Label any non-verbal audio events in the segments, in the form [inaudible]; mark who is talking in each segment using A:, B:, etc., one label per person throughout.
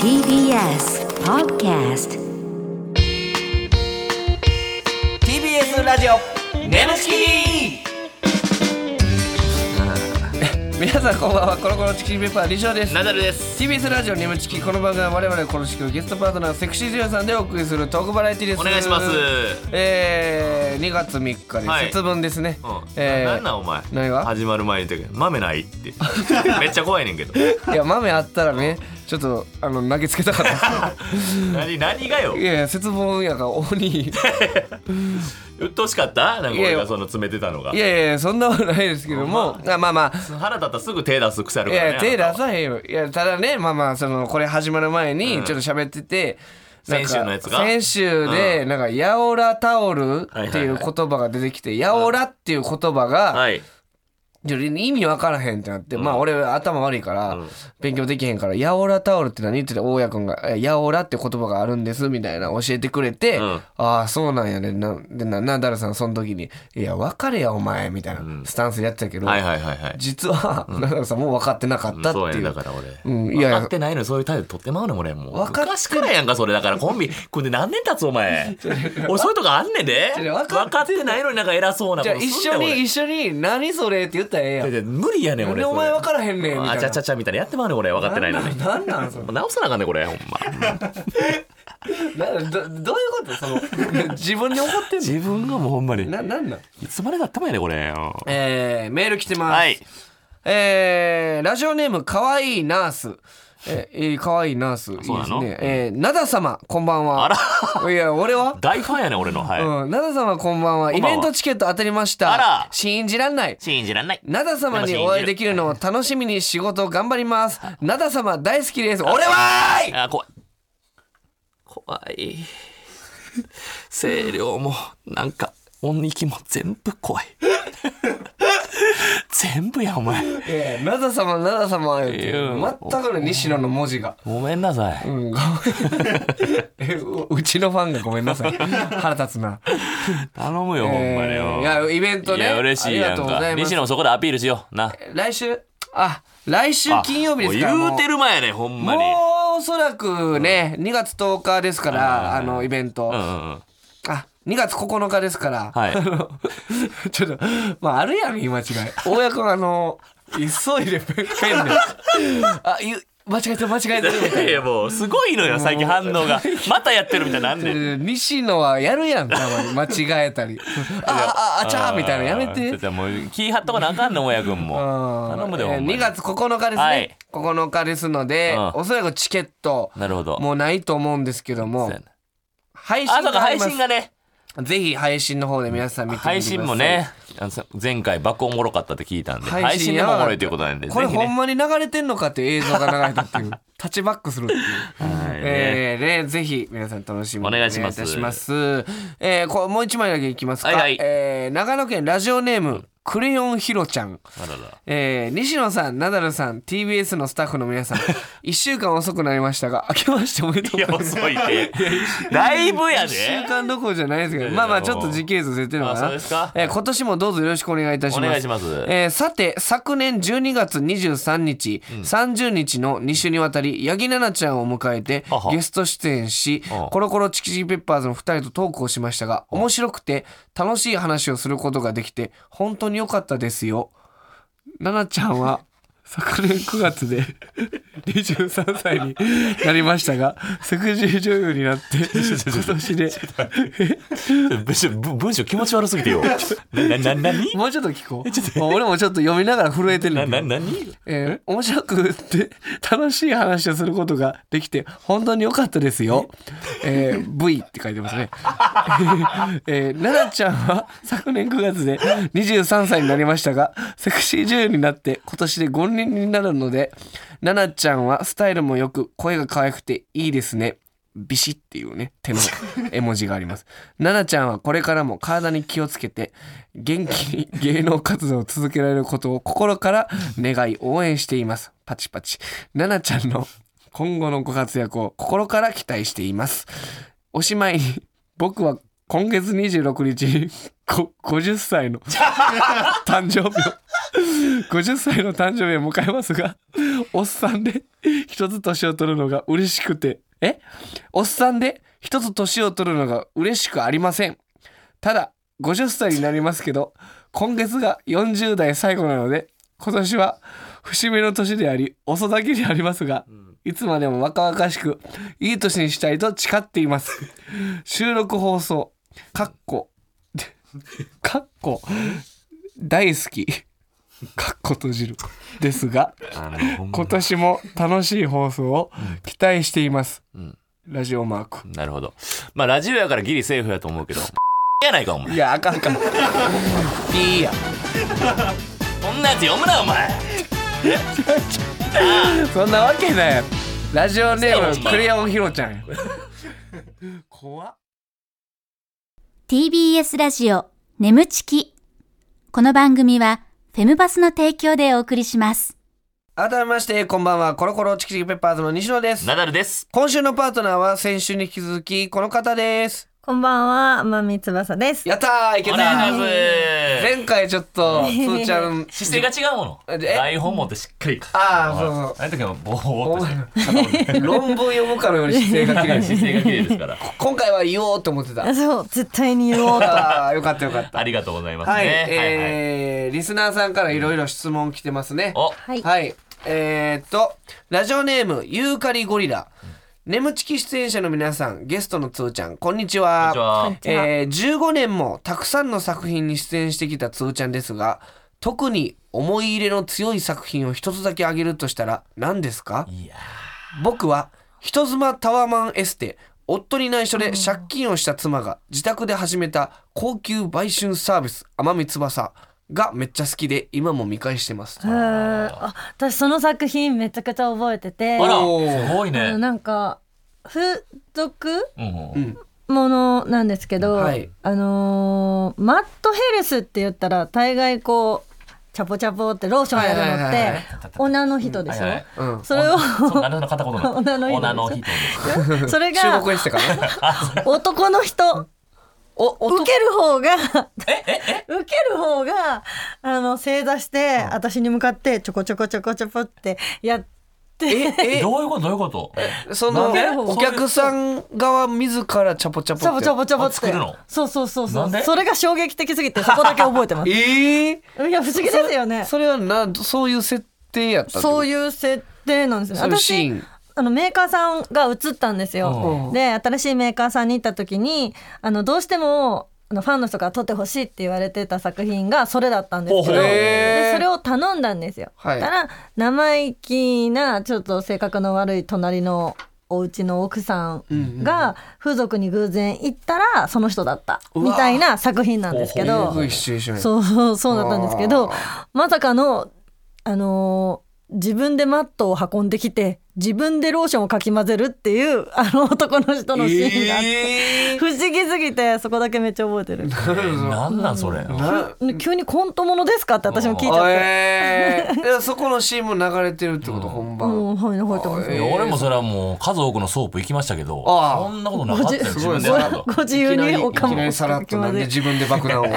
A: TBS Podcast
B: TBS ラジオ
C: 眠ち
B: 皆さんこんばんはコロコロチキンペッパー李翔です
C: ナダルです。
B: TBS ラジオ眠ちきこの番組は我々コロチキをゲストパートナーセクシージュさんでお送りするトークバラエティです
C: お願いします。
B: えー、2月3日
C: は
B: に
C: い
B: 節分ですね、
C: うん。
B: え
C: な
B: ー
C: なんなんお前。
B: 何が
C: 始まる前に言ったけど、豆ないって。めっちゃ怖いねんけど。
B: いや豆あったらねちょっとあの投げつけたかっ
C: 何何がよ
B: たい。やいや節分やから鬼い
C: 鬱陶しかった？なんか
B: いや
C: 俺
B: い
C: が
B: や
C: その詰めてたのが。
B: やいやそんなことないですけども、あまあまあ
C: 腹立ったらすぐ手出す癖ある
B: い
C: からね。
B: や手
C: あ
B: 出
C: なた
B: さへんよいやただねまあまあそのこれ始まる前
C: う
B: に
C: ん
B: ちょっと喋ってて、なんか
C: 先週のやつが
B: 先週で、なんか「やおらタオル」っていう言葉が出てきて「やおら」っていう言葉
C: は
B: が
C: はい。
B: ちょっと意味わからへんってなって、まあ俺頭悪いから勉強できへんから「やおらタオル」って何って言って大家君が「えやおら」って言葉があるんですみたいな教えてくれて「
C: うん
B: ああそうなんやねな」でなナダルさんその時に「いや分かれやお前」みたいなスタンスでやってたけど、
C: はいはいはいはい。
B: 実は、ナダルさんもう分かってなかったって
C: そうや
B: い
C: ね
B: う。
C: だから俺。
B: うんいやいや
C: 分かってないのにそういう態度取ってまうの俺もう。
B: 分かって
C: 昔からやんかそれだからコンビ組んで何年経つお前。俺そういうとこあんねんで。
B: 違う分
C: 分
B: かって
C: かってないのになんか偉そうな
B: じ
C: こ
B: ゃあ
C: とす
B: 一
C: んねん
B: 緒
C: 俺
B: に一緒に「何それ?」って言ったらええや
C: い
B: ん
C: やいや無理やねん
B: なん
C: 俺
B: で
C: そ
B: お
C: れ
B: 前分からへんねんみたいな
C: あちゃちゃちゃみたいなやってまうねん俺分かってないのにも
B: なんなんそれ
C: う直さなあかんねんこれほんま
B: などどういうことその [laughs] 自分に怒ってん
C: 自分がもうほんまに
B: のななんなん
C: いつまでだったまやねんこれ
B: えー、メール来てます、
C: はい
B: えーラジオネームかわいいナースえー、かわいいナースいいで
C: そうな
B: す
C: の
B: ねえー、なだ様こんばんは
C: あ
B: いや俺は
C: 大ファンやねん俺のはい、
B: うん、なだ様こんばんは
C: こんばんは
B: イベントチケット当たりました
C: あら
B: 信じらんない
C: 信じらんない
B: なだ様にお会いできるのを楽しみに仕事を頑張りますなだ様大好きです俺はーい
C: あ怖い怖い声量もなんか音域も全部 [laughs] 怖い全部やお前
B: ええ、なだ様なだ様言うて
C: いや
B: 全くの西野の文字が。
C: ごめんなさい、
B: うん、ごめんえう [laughs] うちのファンがごめんなさ
C: [laughs]
B: い腹立つな、
C: 頼むよ、ほんまに
B: えー
C: よ
B: いやイベントね
C: いや嬉しいや
B: ありがと
C: ん
B: うござ
C: か
B: います
C: 西野もそこでアピールしような
B: 来週あ来週金曜日ですから
C: あもう
B: もう
C: 言うてる前やねほんまに
B: もうおそらくね、2月10日ですからあのイベント、
C: うんうんうん
B: あ2月9日ですから、
C: はい
B: あの
C: [laughs]
B: ちょっとまああるやん言い間違い大家君あの急いでペンであゆ間違えてる間違えてるみたい
C: い
B: な
C: やいやもうすごいのよ最近反応がまたやってるみたいになんねん
B: 西野はやるやんたまに間違えたりあああちゃーみたいなやめて
C: ちょっともう気張っとかなあかんのもやくんも
B: うん
C: 頼むで
B: え
C: ほ
B: ー
C: んま
B: 2
C: に
B: 月9日ですね、
C: はい
B: 9日ですので
C: うん
B: おそらくチケット
C: なるほど
B: もうないと思うんですけども
C: そうやな
B: 配
C: あ
B: 信
C: そうか
B: があり
C: 配
B: ます
C: 信がね
B: ぜひ配信の方で皆さん見てみてください
C: 配信もねあのさ前回爆おもろかったって聞いたんで配信で
B: やばかった
C: もおもろいということなんで
B: これ
C: ぜひね
B: ほんまに流れてんのかっていう映像が流れたっていう
C: [laughs]
B: タッチバックするっていう、
C: はいね
B: えーね、ぜひ皆さん楽しみに
C: お願いします
B: お願いいたしますえーこうもう一枚だけいきますか、
C: はいはい
B: えー長野県ラジオネームクレヨンひろちゃん
C: あらら
B: えー西野さん、ナダルさん、TBS のスタッフの
C: [laughs]
B: 皆さん、1週間遅くなりましたが、明けましておめでと
C: いう
B: ご
C: や
B: ざいます。
C: 遅いって [laughs] だいぶや
B: 1週
C: で
B: 間どころじゃないですけど、
C: いや
B: まあまあ、ちょっと時系列ずれてるのか
C: あ
B: な。
C: そうですか
B: えー今年もどうぞよろしくお願いいたします。
C: お願いします
B: えーさて、昨年12月23日、30日の2週にわたり、八木奈々ちゃんを迎えて
C: あは
B: ゲスト出演し
C: あ、
B: コロコロチキチキペッパーズの2人とトークをしましたが、面白くて楽しい話をすることができて、本当に良かったですよ。奈々ちゃんは、 [laughs] 昨年9月で [laughs] 23歳になりましたが、セクシー女優にな [laughs] って、今年で、
C: 文章文文章気持ち悪すぎてよななな何
B: もうちょっと聞こう。俺もちょっと読みながら震えてるんだ
C: な
B: けど
C: な何
B: えー面白くて楽しい話をすることができて本当に良かったですよ。えー v って書いてますね。えー、奈々ちゃんは昨年9月で23歳になりましたがセクシー女優になって今年で5人になるので奈々ちゃんはスタイルもよく声が可愛くていいですね。ビシっていうね手の絵文字があります奈々ちゃんはこれからも体に気をつけて元気に芸能活動を続けられることを心から願い応援していますパチパチ奈々ちゃんの今後のご活躍を心から期待していますおしまいに僕は今月26日 [laughs] にこ50歳 [laughs] の誕生日を50歳の誕生日を迎えますがおっさんで一つ年を取るのが嬉しくてえおっさんで一つ年を取るのが嬉しくありませんただ50歳になりますけど今月が40代最後なので今年は節目の年であり遅咲きでありますがいつまでも若々しくいい年にしたいと誓っています収録放送かっ
C: [laughs]
B: こかっこ大好きかっこ閉じるですが
C: あのほんま
B: 今年も楽しい放送を期待しています、
C: ん
B: ラジオマーク
C: なるほどまあラジオやからギリセーフやと思うけどやないかお前
B: いやあかんかピーや
C: こんなやつ読むなお前
B: そんなわけないラジオネー
C: そう
B: ムクレヨンひろちゃんや怖っ
D: TBS ラジオ眠ちき。この番組はフェムバスの提供でお送りします。
B: 改めましてこんばんはコロコロチキチキペッパーズの西野です
C: ナダルです
B: 今週のパートナーは先週に引き続きこの方です
E: こんばんは、天海翼です。
B: やったーいけ
C: お
B: た
C: 願いし
B: ー
C: ます
B: 前回ちょっとつーちゃん
C: 姿勢が違うもの
B: え
C: 台本持ってしっかり
B: [laughs] ああそうそう
C: あの時はボー
B: お
C: っとして
B: 前論文読むかのように姿勢 [laughs] が綺麗
C: 姿
B: に
C: 勢が綺麗ですから
B: 今回は言おうと思ってた
E: そう、絶対に言お [laughs] うと。
B: ああよかったよかった
C: [laughs] ありがとうございますね
B: はい、
C: はいはい
B: えーリスナーさんからいろいろ質問来てますね。
C: お
E: はい
B: はい。えーっと、ラジオネーム、ユーカリゴリラ。眠ちき出演者の皆さん、ゲストのつーちゃん、こんにち
C: こん
B: は
C: にち。は
B: えー15年もたくさんの作品に出演してきたつーちゃんですが、特に思い入れの強い作品を一つだけ挙げるとしたら何ですか
C: いや
B: 僕は人妻タワマンエステ夫に内緒で借金をした妻が自宅で始めた高級売春サービス天海翼がめっちゃ好きで今も見返してます
E: うーんあ私その作品めちゃくちゃ覚えてて
C: ーあ
B: お
C: ら
B: ー
C: すごい
E: あの
C: ね
E: なんか風俗
C: うん
B: うん
E: ものなんですけど、
B: はい
E: あのーマットヘルスって言ったら大概こうチャポチャポってローションやるの
B: は
E: っ
B: いはい
E: て
B: はい
E: 女の人でしょ、
C: はいはい
B: うん
E: それを
C: そう女の片言の
E: 女の人
C: 女の人
E: そ
B: [laughs]
E: れ
B: 中
E: が
B: 国エステかな
E: 男の人
B: お
E: 受ける方が
C: えええ
E: 受ける方があの正座して私に向かってちょこちょこちょこちょこってやっ
B: え
C: どういうことどういうこと
B: えその
C: なんで
B: お客さん側自らチャポチャ
E: ちょ
B: ポっ
E: ぼ
B: て
E: ちょぼちょぼっ
C: あ作
E: て
C: るの
E: そうそうそうそ
C: なん
E: う
C: で
E: それが衝撃的すぎてそこだけ覚えてま
B: [laughs]
E: すい
B: ええ
E: や不思議ですよね
B: それはなそういう設定やったってこと
E: そういう設定なんですよね
B: そういうシ
E: 私
B: ーン
E: あのメーカーさんが移ったんです
C: う
E: よ
B: ん
E: で新しいメーカーさんに行った時にあのどうしてもあのファンの人から撮ってほしいって言われてた作品がそれだったんですけ
C: ほう
E: ど
C: ほう
E: でそれを頼んだんですよ、
B: はい
E: だから生意気なちょっと性格の悪い隣のお家の奥さんが風俗に偶然行ったらその人だった
B: うわ
E: みたいな作品なんですけ
C: ほうほう
E: ど
B: すごいシチュエーションや
E: そうそう [laughs] そうだったんですけどまさかのあのー自分でマットを運んできて自分でローションをかき混ぜるっていうあの男の人のシーンがあって、
B: え
E: 不思議すぎてそこだけめっちゃ覚えてる
C: なんなんそれ
B: な
E: 急にコントものですかって私も聞いちゃって
B: ええー、そこのシーンも流れてるってこと、本
E: も
B: 番。
E: うはい覚えてます
B: え
C: い
E: ね
C: や俺もそれはもう数多くのソープ行きましたけど
B: ああ
C: そんなことなかったよ
E: ごじ
C: 自
B: すごい
C: 分で
B: ね
C: やったこ
E: ごご自由にお
B: いきなりいきな
E: か
B: り
E: も
B: さらっとなんで
E: かき
B: 自分で爆
E: [laughs]
B: 弾を。
C: と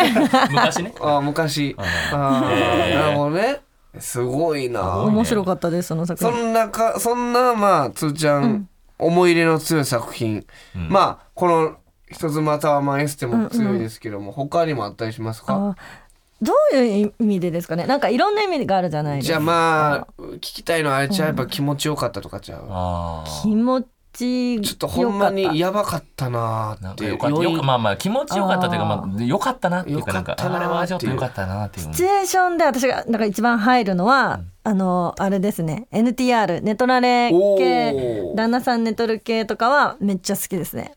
C: 昔
B: [laughs]
C: ね
B: ああ、昔。あ
C: え
B: あ、
C: ー
B: なるほどね。すごい
E: 混ぜ
B: な。
E: 面白かったですその作
B: そ
E: 品
B: んなか、そんな、まあ、つーちゃん、思い入れの強い作品。まあ、この。人妻タワマンエステも強いですけども、他にもあったりしますか。
E: あどういう意味でですかねなんかいろんな意味があるじゃないです
B: じゃ
E: か
B: あ、まあ、聞きたいのはあれちゃう、やっぱ気持ちよかったとかちゃう。
C: ああ
E: 気持ちよかった
B: ちょっとほんまにやばかったなー
C: なん
B: っ
C: か
B: て
C: よかった
B: 余韻
C: よかまあまあ気持ちよかったというかまあよかったなっていうかな
B: よ
C: んか
B: かったなー
C: あれはちょっとよかったなっていう
E: シチュエーションで私がなんか一番入るのは、あのあれですね NTR ネトラレ
B: お
E: 系
B: ー
E: 旦那さん寝とる系とかはめっちゃ好きですね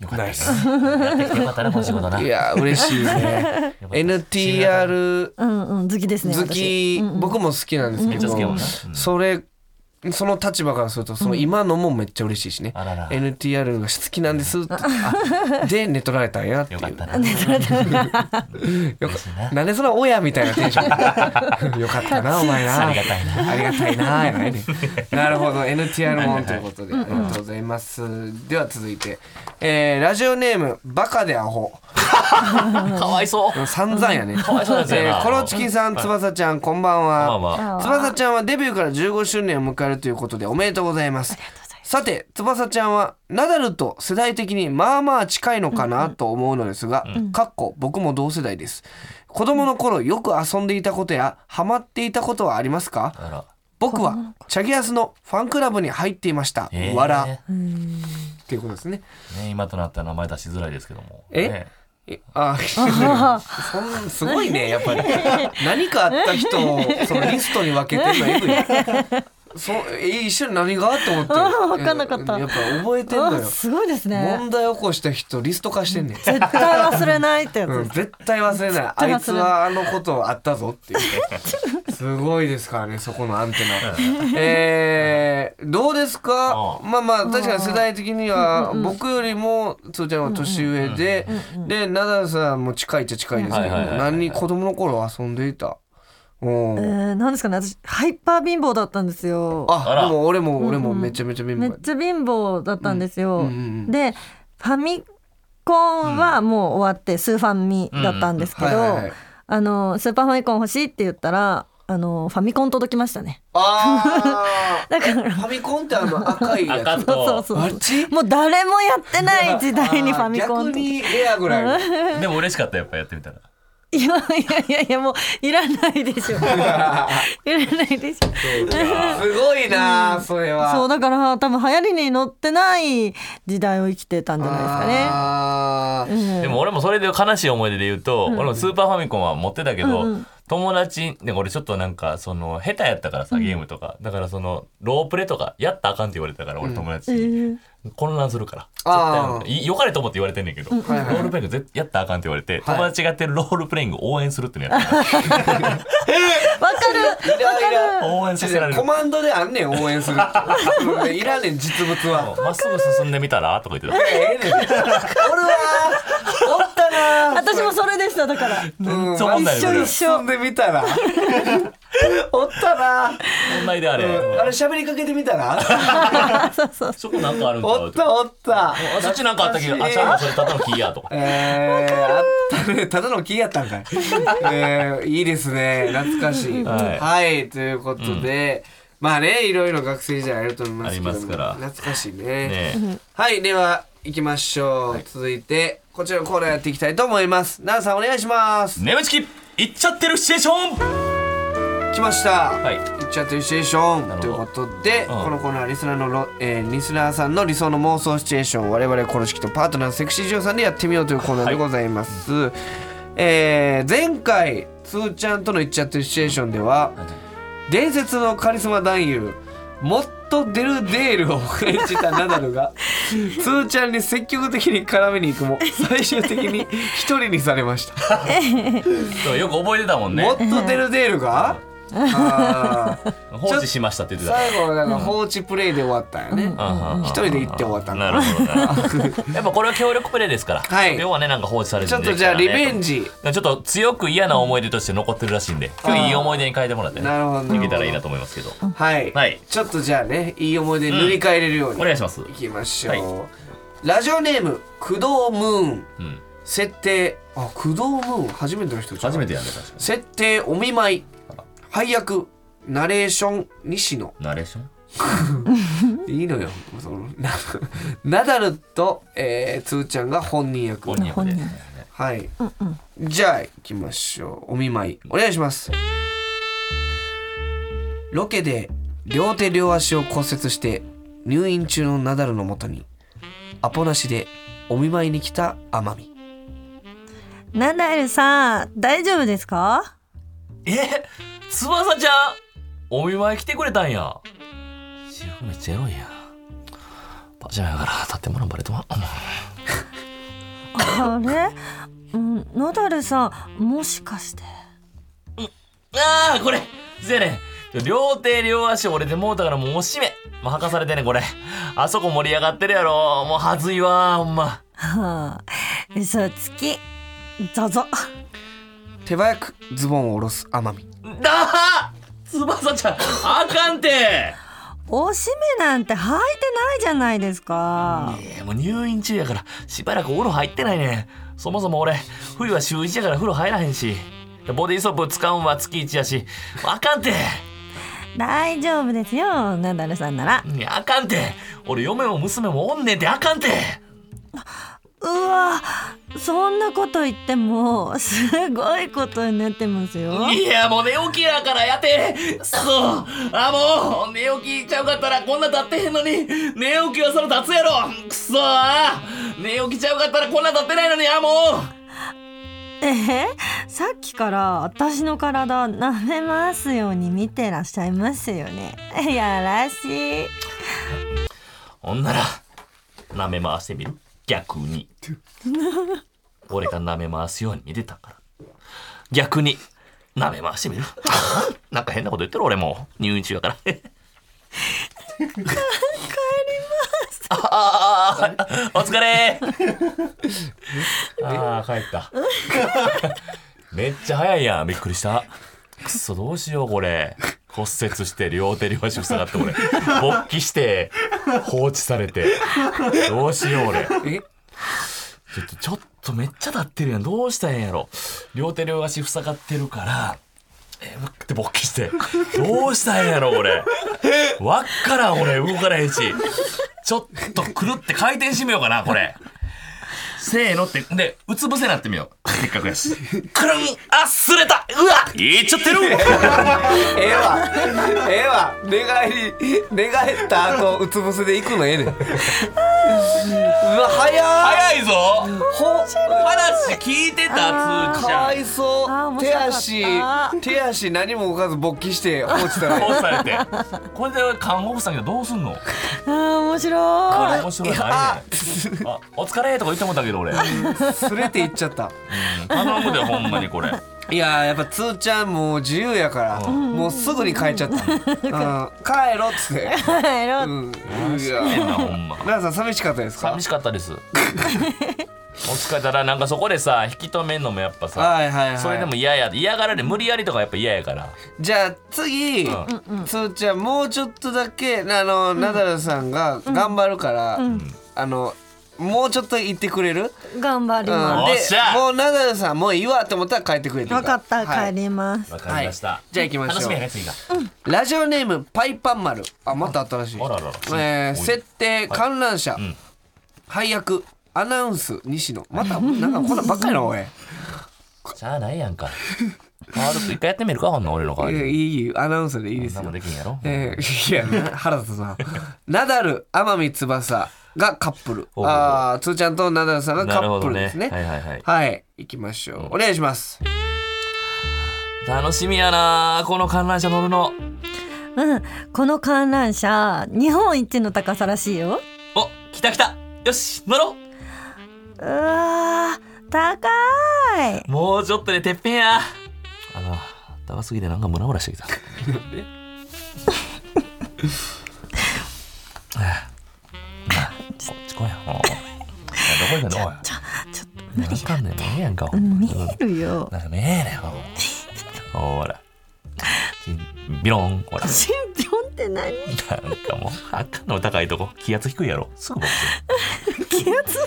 C: よかった
B: ナ
C: で
B: イ
C: す
B: ス
C: やってきてよかったなこの仕事ない
B: やー嬉
E: [laughs]
B: しいね NTR
E: うんうん好きですね
B: 好き、
E: 私うんうん
B: 僕も好きなんです
C: めっ
B: け
C: ちゃ
B: ど、
C: 好きやもんなうん
B: それその立場からするとその今のもめっちゃ嬉しいしね、
C: あらら
B: NTR が好きなんですってあで寝取られたんやってい
C: よ
B: う
C: かったな。よかったな。
B: なんでそんな親みたいなテンション [laughs] よかったなお前な
C: ありがたいな
B: ありがたいなや [laughs] ないねなるほど NTR もんということでありがとうございます、では続いて、えーラジオネームバカでアホ
C: かわいそう。
B: 散々やね
C: かわいそうなやつやな
B: えーコロチキさん翼ちゃんこんばんは
C: まあま
B: 翼ちゃんはデビューから15周年を迎えるということでおめでとうございますさて翼ちゃんはナダルと世代的にまあまあ近いのかなと思うのですが、かっこ僕も同世代です子供の頃よく遊んでいたことやハマっていたことはありますか
C: あ。あら。
B: 僕はチャギアスのファンクラブに入っていました、
C: えー
B: わら
C: ね
B: っていうことですね
C: 今となったら名前出しづらいですけども。
B: え
C: ね
B: えあ [laughs] そんすごい
E: [laughs]
B: ねやっぱり何かあった人をそのリストに分けてるのエグい
E: [laughs]
B: そえ一緒に何があって思って
E: 分かんなかった
B: やっぱ覚えてんの
E: あ
B: よ
E: すごいですね
B: 問題起こした人リスト化してんねん、
E: 絶対忘れないってやつ
B: うん、絶対忘れないあいつはあのことあったぞっていうねすごいですからねそこのアンテナえー、どうですか
C: う
B: まあまあ確かに世代的には僕よりもつーちゃんは年上ででナダルさんも近いっちゃ近いですけど
C: うんはいはいはいはい
B: 何に子供の頃遊んでいたお
E: え
B: ー
E: ー、なんですかね私ハイパー貧乏だったんですよ
B: あ
C: あら
B: でも俺も俺もめちゃめちゃ貧
E: めっ
B: 乏
E: ちゃ貧乏だったんですよ、
B: うんうんうん
E: でファミコンはもう終わってスーファミだったんですけど、
B: うんうんうんはいはいはい
E: あのスーパーファミコン欲しいって言ったらあのファミコン届きまし
B: [laughs]
E: たね
B: あ
E: [laughs] だから
B: ーファミコンってあの赤いや
C: 赤
B: つ
E: そうそう
C: と。
E: そう
B: あっち
E: もう誰もやってない時代にファミコン
B: あー逆にレアぐらいの
C: でも嬉しかったやっぱやってみたら。
E: いやいやいやいやもういらないで
B: [laughs]
E: しょいらないでしょ
B: すごいなあ、それは。
E: そうだから多分流行りに乗ってない時代を生きてたんじゃない
B: あー
E: ですかね。
C: でも俺もそれで悲しい思い出で言うと、俺もスーパーファミコンは持ってたけど、友達で俺ちょっとなんかその下手やったからさゲームとか、だからそのロープレとかやったらあかんって言われてたから俺友達に、混乱するから絶
B: あー
C: 対い良かれと思って言われてんねんけど、
B: はいはい
C: ロールプレイングぜやったらあかんって言われて、
B: はい
C: 友達がやってるロールプレイング応援するってのやったから
E: わかる
B: イライラ
C: 応援させられる
B: コマンドであんねん応援するって
C: [laughs]
B: いらねん実物は
C: まっすぐ進んでみたらとか言って
B: ええねんおるわおったなあ
E: 私もそれでしただから。
B: うん
C: そうなんだよ
B: 一緒一緒進んでみたら [laughs] おったなあ
C: た問題であれ、
B: れ喋りかけてみた
C: [laughs]
B: ら
C: そこなんかあるんちゃ
B: お
C: う
B: ったおった
C: あそっちなんかあったけどあちゃうのそれただの木やとか
B: えー、あったね。ただの木やったんかい。えー、いいですね。懐かしい。は、
C: はいい
B: ということで、まあね、いろいろ学生時代あると思いますけども。
C: ありますか
B: 懐
C: ら
B: かしいね。
C: ねえ
B: はい、では、行きましょう。続いて、こちらのコーナーやっていきたいと思います。奈良さん、お願いします。
C: 眠ちき行っちゃってるシチュエーション
B: 来ました。
C: は
B: い
C: い
B: っちゃってるシチュエーション
C: な
B: とい
C: る
B: う
C: ほ
B: こ
C: ど
B: とで、
C: うん
B: このコーナーはリスナーのろ、えーリスナーさんの理想の妄想シチュエーションを我々コロチキとパートナーのセクシージョーさんでやってみようというコーナーでございます、えー前回つーちゃんとのいっちゃってるシチュエーションでは伝説のカリスマ男優モット・デルデールを演じたナダル
C: [laughs]
B: がつーちゃんに積極的に絡めに行くも最終的に一人にされました
C: そうよく覚えてたもんね
B: モット・デルデールがあー
C: 放置しましたって言ってた
B: 最後なんか放置プレイで終わったよね、
C: うんうん
B: 一人で行って終わったんだ
C: なるほどなやっぱこれは協力プレイですから、
B: はい
C: 要はねなんか放置されて
B: ちょっとじゃあリベンジ
C: ちょっと強く嫌な思い出として残ってるらしいんで今日いい思い出に変えてもらってね
B: なるほどなるほど
C: いけたらいいなと思いますけど
B: はい、
C: はい
B: ちょっとじゃあねいい思い出塗り替えれるように、
C: お願いします
B: いきましょう、ラジオネーム工藤ムーン
C: うん
B: 設定あ工藤ムーン初めての人じゃん
C: 初めてやんね確か
B: 設定お見舞い配役ナレーション西野
C: にナレーション
B: いいのよそのな [laughs] ナダルと、えー、つーちゃんが本人役
C: 本人役で
B: はい、じゃあ行きましょうお見舞いお願いしますロケで両手両足を骨折して入院中のナダルのもとにアポなしでお見舞いに来た天海
E: ナダルさん大丈夫ですか？
C: え翼ちゃんお見舞い来てくれたんや私服めっちゃエロいやんパジャマやから立ってもらんバレてまう
E: あれ？うんナダルさんもしかして。
C: ああこれせやねん両手両足折れてもうたからもうおしめ。もう吐かされてね、これ。あそこ盛り上がってるやろ。もうはずいわ、ほんま。
E: はあ、 [laughs] 嘘つき。ゾゾ。
B: 手早くズボンを下ろす天海
C: だは翼ちゃん、あかんて。
E: おしめなんて履いてないじゃないですか。
C: いやもう入院中やからしばらくお風呂入ってないねんそもそも俺冬は週1やから風呂入らへんしボディーソープ使うんは月1やしあかんて
E: 大丈夫ですよ、ナダルさんなら。
C: いやあかんて俺嫁も娘もおんねんてあかんて
E: うわ、そんなこと言っても、すごいことになってます [laughs] よ。
C: いやもう寝起きやからやてそうあもう寝起きちゃうかったらこんな立ってへんのに寝起きはそれ立つやろくそ寝起きちゃうかったらこんな立ってないのにあもう
E: えへさっきから私の体舐めますように見てらっしゃいますよね。やらしい。
C: ほんなら、舐め回してみる逆に。俺が舐め回すように見てたから。逆に、舐め回してみる [laughs] なんか変なこと言ってる俺もう。入院中やから。帰ります。ああああ、お疲れああ、帰った。 [laughs] めっちゃ早いやん。びっくりした。くそ、どうしよう、これ。骨折して、両手両足塞がって、俺。勃起して、放置されて。どうしよう、俺。
B: え
C: ちょっと、ちょっとめっちゃ立ってるやん。どうしたらええんやろ。両手両足塞がってるから、えー、って勃起して。どうしたらええんやろ、俺。わっからん、俺。動かないし。ちょっとくるって回転してみようかな、これ。せーのって、で、うつ伏せなってみよう。せっかくやし。くるんあ、すれたうわいっちゃってる
B: ええわええわ寝返り寝返った後うつ伏せで行くのええねんうわ早い
C: 早いぞ
B: ほ
C: 話聞いてた、つー
B: か
C: ちゃ
B: わ
C: ん。
B: いそ
E: あー
B: う
E: 面
B: 手
E: 白かった
B: 足手足何も動かず勃起して落ちた
E: [laughs]
B: らええ
C: こうされて。これで看護婦さんがどうすんの
E: あー面白い。
C: 面白いのあ
B: あ
C: れねあ、お疲れとか言ってもうたけど俺。
B: すれていっちゃった
C: 頼むでほんまにこれ。
B: いやーやっぱつーちゃんもう自由やからもうすぐに帰っ
E: [laughs]
B: ちゃったうん帰ろっつって
E: 帰ろう
B: うんいや
C: 変なほんま。
B: 奈良さん寂しかったですか
C: 寂しかったです。お疲れたらなんかそこでさ引き止めんのもやっぱさ。
B: はいはいはい
C: それでも嫌や嫌がられ無理やりとかやっぱ嫌やから
B: じゃあ次、つーちゃんもうちょっとだけあの、ナダルさんが頑張るから、あのもうちょっと言ってくれる、
E: 頑張り
B: うん
E: ま
C: おっ
B: で
C: しゃ
B: もうナダルさんもういいわと思ったら帰ってくれて
E: す。
B: いい
E: わかった、
B: はい
E: 帰ります。
C: わかりました、
B: じゃあ行きましょう
C: 楽しみやね次が、
B: ラジオネームパイパン丸あまた新しい
C: あららら
B: えー
C: おい
B: 設定観覧車、配役アナウンス西野またなんかこんなんばっかりなおい
C: しゃあないやんか変わると一回やってみるかほんの俺の代わ
B: い
C: り
B: や
C: に
B: いいいアナウンスでいいで
C: そ
B: すよ
C: んなもんできんやろ
B: えー、いやな腹立つなナダル天海翼がカップル
C: ほうほうほう
B: ああつーちゃんとナダルさんがカップルですね
C: なるほどねはいはいはい
B: 行きましょう、お願いします
C: 楽しみやなこの観覧車乗るの
E: うん、この観覧車、日本一の高さらしいよ。
C: お来た来たよし乗ろ
E: うわー、高い。
C: うもうちょっとでてっぺんやあら高すぎてなんかムラムラしてきたああこっち来いよもういやどこ行くのおい
E: ちょっと
C: わかんないもうええやんかほんま
E: 見えるよ。
C: なんか見えねえよほらチンビロンほら
E: チンピョンって何
C: なんかもうあかんの高いとこ気圧低いやろすぐ僕
E: [laughs] 気圧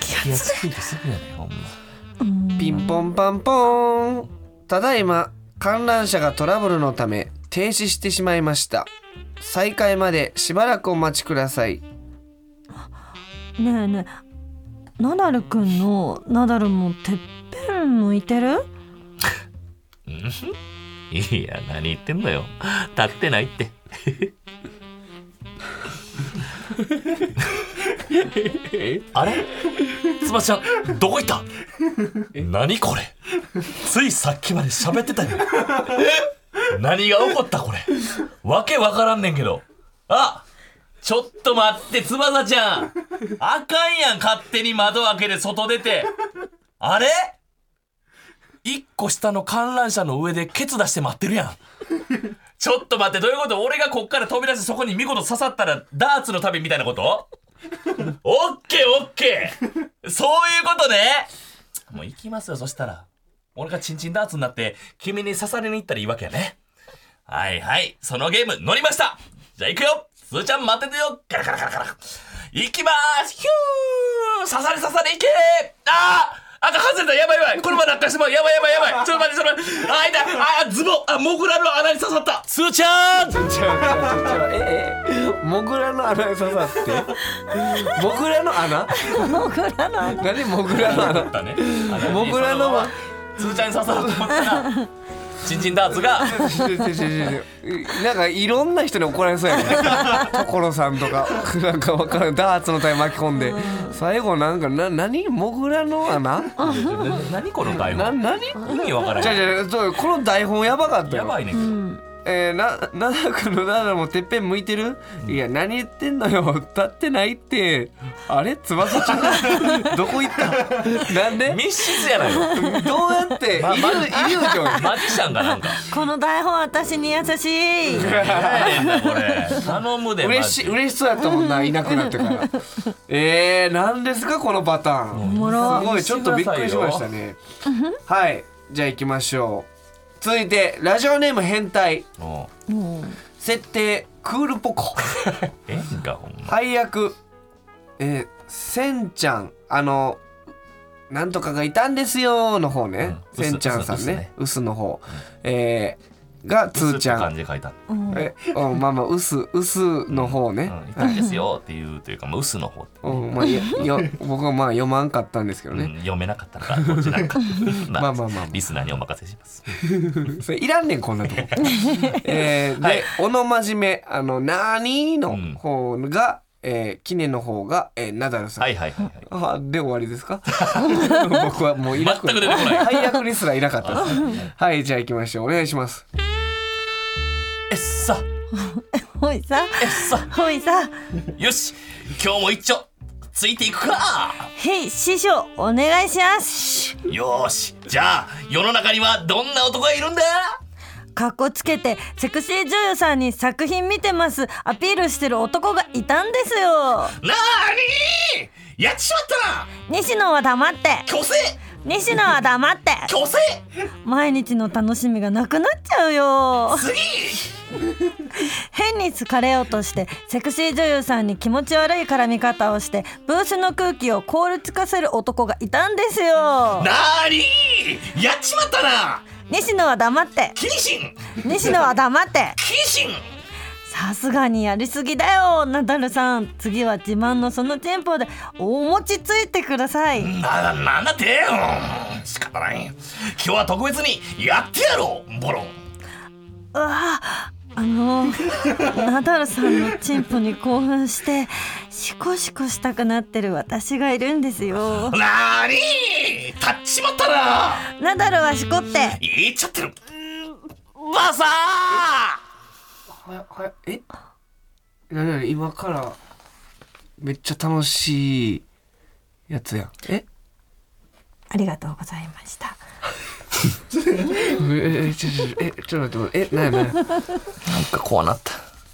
E: 気
C: 気
E: 圧
C: 圧低いってすぐやねほんま
B: ピンポンパンポーンただいま観覧車がトラブルのため停止してしまいました再開までしばらくお待ちください
E: ねえねえナダルくんのナダルもてっぺん向いてる
C: いや何言ってんのよ立ってないって [laughs] あれつばちゃんどこ行った何これついさっきまで喋ってたよ何が起こったこれわけわからんねんけどあちょっと待ってつばさちゃんあかんやん勝手に窓開けて外出てあれ一個下の観覧車の上でケツ出して待ってるやん。 [laughs] ちょっと待って、どういうこと俺がこっから飛び出してそこに見事刺さったらダーツの旅みたいなこと [laughs] オッケーオッケーそういうことねもう行きますよ、そしたら。俺がチンチンダーツになって、君に刺されに行ったらいいわけやね。はいはい、そのゲーム乗りましたじゃあ行くよすーちゃん待っててよガラガラガラガラ行きまーすヒュー刺され刺されいけーあー赤外れたやばいやばいこのまま落下してまうやばいやばいやばいちょっと待ってちょっと待ってあー痛いあーズボンあモグラの穴に刺さったすーちゃん
B: ちゃうちゃうええモグラの穴に刺さってモグラの穴
E: モグラの穴
B: 何モグラの穴
C: だね
B: モグラのは
C: つーちゃんに刺さると思ったらチンチンダーツが
B: [laughs] なんかいろんな人に怒られそうやね所さんとかなんかわからんダーツの体巻き込んで最後なんかな何モグラの穴
C: 何この台
B: な
C: 本
B: 何
C: 意味わから
B: じゃ
C: へん
B: じゃそうこの台本やばかったよ
C: やばいねん
B: えー、な、ななくのななもてっぺん向いてる、いや、何言ってんのよ。立ってないって。あれ翼ちゃん [laughs] どこ行ったなんで
C: 密室やないよ
B: どうやって、
C: ま
B: イリュー、イリュージ
C: [laughs]
B: ョン。
C: マジシャンがなんか
E: この台本私に優し [laughs] い
C: 何やねんなこれ頼むでマ
B: 嬉
C: ジ
B: し
C: で
B: 嬉しそうやったもんな、いなくなってから。えー、何ですか、このパターン。
E: もろ
B: すごい、ちょっとびっくりしましたね。はい、じゃあ行きましょう。続いて、ラジオネーム変態。
C: もう
B: 設定、クールポコ。
C: ええんかほんま
B: 配役えー、せんちゃんあのなんとかがいたんですよの方ね、
C: うん
B: せんちゃんさん
C: うすうす
B: ねうすの方、えー、がつーちゃ
C: 薄って感
B: ん
C: じで書いた
B: えおまあまあうすうすの方ね、
C: うんいたんですよっていうというかまあ薄の方って
B: うんまあ、よよ [laughs] 僕はまあ読まんかったんですけど
C: う
B: ね、
C: ん読めなかったのかこっ
B: [laughs]
C: ちなんかま
B: まあまあまあま
C: リスナーにお任せします
B: あそれいらんねんこんなとこえ
C: [laughs]
B: ーで、おのまじめあのなーにーの方が、えー、キネの方が、えー、ナダルさん、
C: はいはいはいはい
B: あで終わりです [laughs] か僕はもういなく
C: 全く出てこない
B: 配役にすらいなかったですはいじゃあ行きましょうお願いします
C: えっさ
E: ほいさ
C: えっさ
E: ほいさ
C: よし今日も一丁ついていくか
E: へい師匠お願いします
C: よーしじゃあ世の中にはどんな男がいるんだ
E: かっこつけてセクシー女優さんに作品見てますアピールしてる男がいたんですよ
C: なーにーやっちまったな
E: 西野は黙って
C: 虚勢
E: 西野は黙って
C: 虚勢
E: 毎日の楽しみがなくなっちゃうよ
C: 次
E: 変に好かれようとしてセクシー女優さんに気持ち悪い絡み方をしてブースの空気を凍りつかせる男がいたんですよ
C: なーにーやっちまったな
E: 西野は黙って
C: 謹慎
E: 西野は黙って
C: 謹慎
E: さすがにやりすぎだよナダルさん次は自慢のそのテンポでお餅ついてください
C: な、なんだってうん仕方ない今日は特別にやってやろうボロン
E: うわあのナダルさんのチンポに興奮してシコシコしたくなってる私がいるんですよ
C: なーにー立っちまったな
E: ナダルはシコって
C: 言っちゃってるバサ
B: ははえなになに今からめっちゃ楽しいやつやんえ
E: ありがとうございました
B: ええちょちょえちょっと待ってえなになに
C: ーなんかこうなった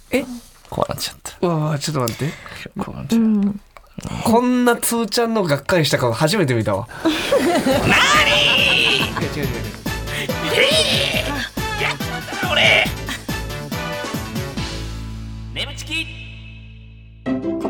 B: え
C: こうなっちゃった
B: うわうわちょっと待って
C: こうなっちゃった、な
B: こんなつーちゃんのがっかりした顔初めて見た [laughs] わなに違う違う違う
C: 俺眠ちき
E: こ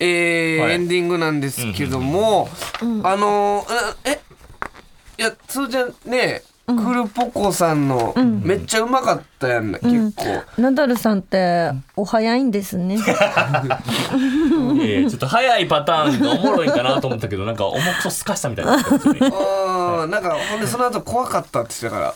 B: えー
C: はい
B: エンディングなんですけども、あのーあえいやつーちゃんねクルポコさんの、めっちゃうまかったやんな、結構。
E: ナダルさんってお早いんですね。
C: ええちょっと早いパターンがおもろいんかなと思ったけど、なんか重くそすかしたみたいな。
B: あーなんかほんでその後怖かったって言ってた
C: [laughs]
B: から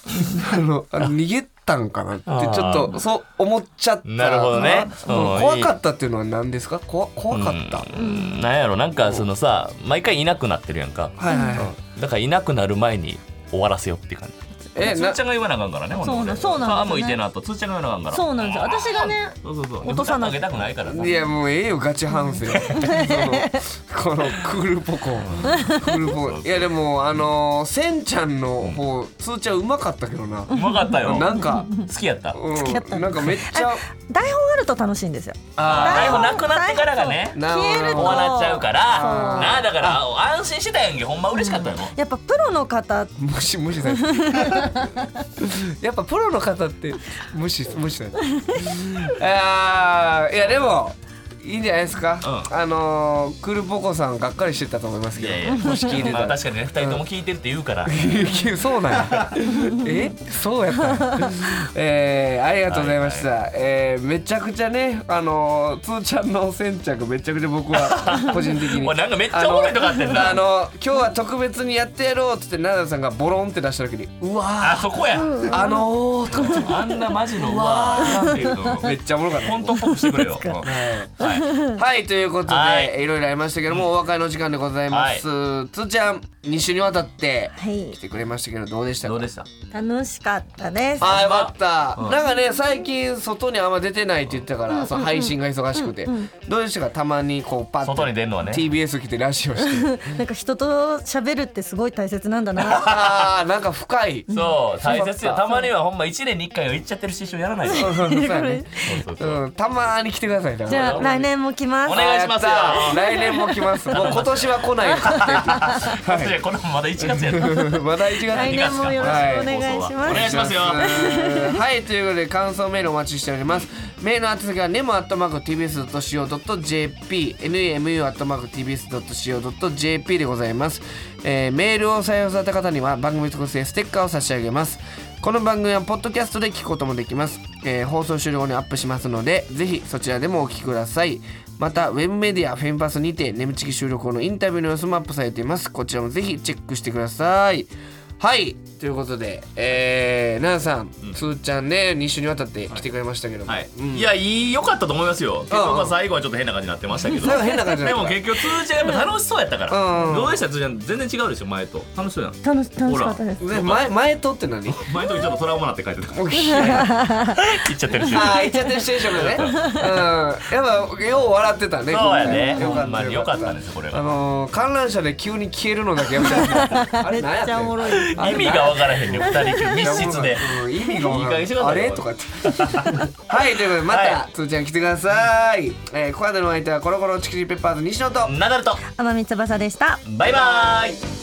B: あのあの逃げたんかなって
C: あー
B: ちょっとそう思っちゃった
C: なるほどね
B: うん
C: うん
B: 怖かったっていうのは何ですかこわ怖かった、
C: うんなんやろ、なんかそのさ、毎回いなくなってるやんか。
B: はいはいはい
C: だからいなくなる前に終わらせようっていう感じ。
B: え
C: つ
B: な
C: ーちゃんが言わなあかんからね、ほ
E: そうなん
C: とね
E: そうなんですよね
C: 皮むいてなあと、つーちゃんが言わなあかんから。
E: そうなんですよ私がね
C: そうそうそう。
E: 落とさな
C: あげたくないからさ。
B: いやもうええよガチ反省そのこのクールポコクールポコいやでもあのーせんちゃんの方つーちゃんうまかったけどな
C: うまかったよ。
B: なんか、
C: 好きやった。
B: うん、なんかめっちゃ
E: [laughs] 台本あると楽しいんですよ。
C: ああ、台本なくなってからがね。
B: な
E: 消えると
C: 終わっちゃうから。
B: そう
C: なあ、だから、安心してたやんけ、ほんま嬉しかったよ。
E: やっぱプロの方
B: 無視無視されて
C: [laughs]
B: やっぱプロの方って無視無視されてあーいやでもいいんじゃないですか、
C: う
B: あのー、クールポコさんがっかりしてたと思います
C: い
B: け
C: や
B: ど
C: いや、
B: もし聞いて
C: ま
B: た
C: あ
B: ら
C: 確かにね、二人とも聞いてるって言うから。
B: いや [laughs] そうなんやえそうやったんやえー、ありがとうございました、えーめちゃくちゃねあのー、つーちゃんの先着めちゃくちゃ僕
C: [laughs]
B: は個人的に
C: おいなんかめっちゃおもろいとこあってんな
B: あのあの今日は特別にやってやろうっつって奈良さんがボロンって出した時にうわ
C: あそこや。
B: ーあのー、とか言って
C: あんなマジのうわーなんていうの。
B: めっちゃおもろかった
C: 本当っぽくしてくれよ。
B: はい、はい、ということで、
C: はい
B: い、ろいろありましたけどもお別れの時間でございます、つーちゃん2週にわたって
E: はい
B: 来てくれましたけどどうでしたか
C: どうでした？
E: 楽しかったです。
B: あーよかった、なんかね最近外にあんま出てないって言ってたから、その配信が忙しくて、どうでしたかたまにこうパッと
C: 外に出んのはね
B: TBS 来てラジオ
C: [laughs]
B: して
E: なんか人と喋るってすごい大切なんだな。
B: あーなんか深い
C: [laughs] そう大切よ。たまにはほんま一年に一回は行っちゃってる師匠やらないと。そう
B: そうやね
C: そうそう。
B: うん、たまに来てくださいね
E: じゃあ来年も来ます
C: お。願いしますよ
B: あやったー来年も来ますもう今年は来ないです
C: [laughs] 確かにこれもまだ1月やった。
B: って [laughs] まだ1月
E: 来年もよろしくお願いし
C: お
E: ま
C: 願い
E: す。
C: しますよ
B: [laughs] はいということで感想メールお待ちしておりますメールの宛先は nemo.tbs.co.jp nemu.tbs.co.jp でございます、えーメールを採用された方には番組特製ステッカーを差し上げますこの番組はポッドキャストで聞くこともできます、えー放送終了後にアップしますのでぜひそちらでもお聞きくださいまたウェブメディアフェンパスにて眠ちき収録後のインタビューの様子もアップされていますこちらもぜひチェックしてくださいはいということで、えー、奈々さん、つーちゃんね2週にわたって来てくれましたけども、
C: はい
B: うん、
C: いやいい良かったと思いますよ。結
B: うん
C: 局まあ最後はちょっと変な感じになってましたけど。
B: 最後変な感じになっ
C: で
B: た
C: も結局通ーちゃんやっぱ楽しそうやったか
B: うん
C: ら。どうでした通ーちゃん全然違うでしょ前と。楽しそうやん。
E: 楽し楽しかったです。
B: ね前前とって何
C: 前の時ちょっとトラウマなって [laughs] 書い
B: [laughs]
C: てた。
B: おいいや
C: 行っちゃってる師匠。
B: ああ言っちゃってるシチュエーションがねうんやっぱよう笑ってたね
C: そうやね。
B: 今回よ
C: ほんまに良
B: かっ
C: かったたん
B: ね
C: ですよこれ
B: あ
C: が。
B: のー、観覧車で急に消えるのだけやめたあれ何やっ
E: めっち
B: た
E: ゃおもろい。
B: あれ
C: 意味が分からへんね二人今日密室で。
B: うん意味が分か
C: いい加減にしろ
B: らん
C: よ
B: あれとかってはいということでま
C: は
B: たつーちゃん来てください、えー、ここまでのお相手はコロコロチキチキペッパーズ西野と
C: ナダルと
E: 天海翼でした。
C: バイバーイ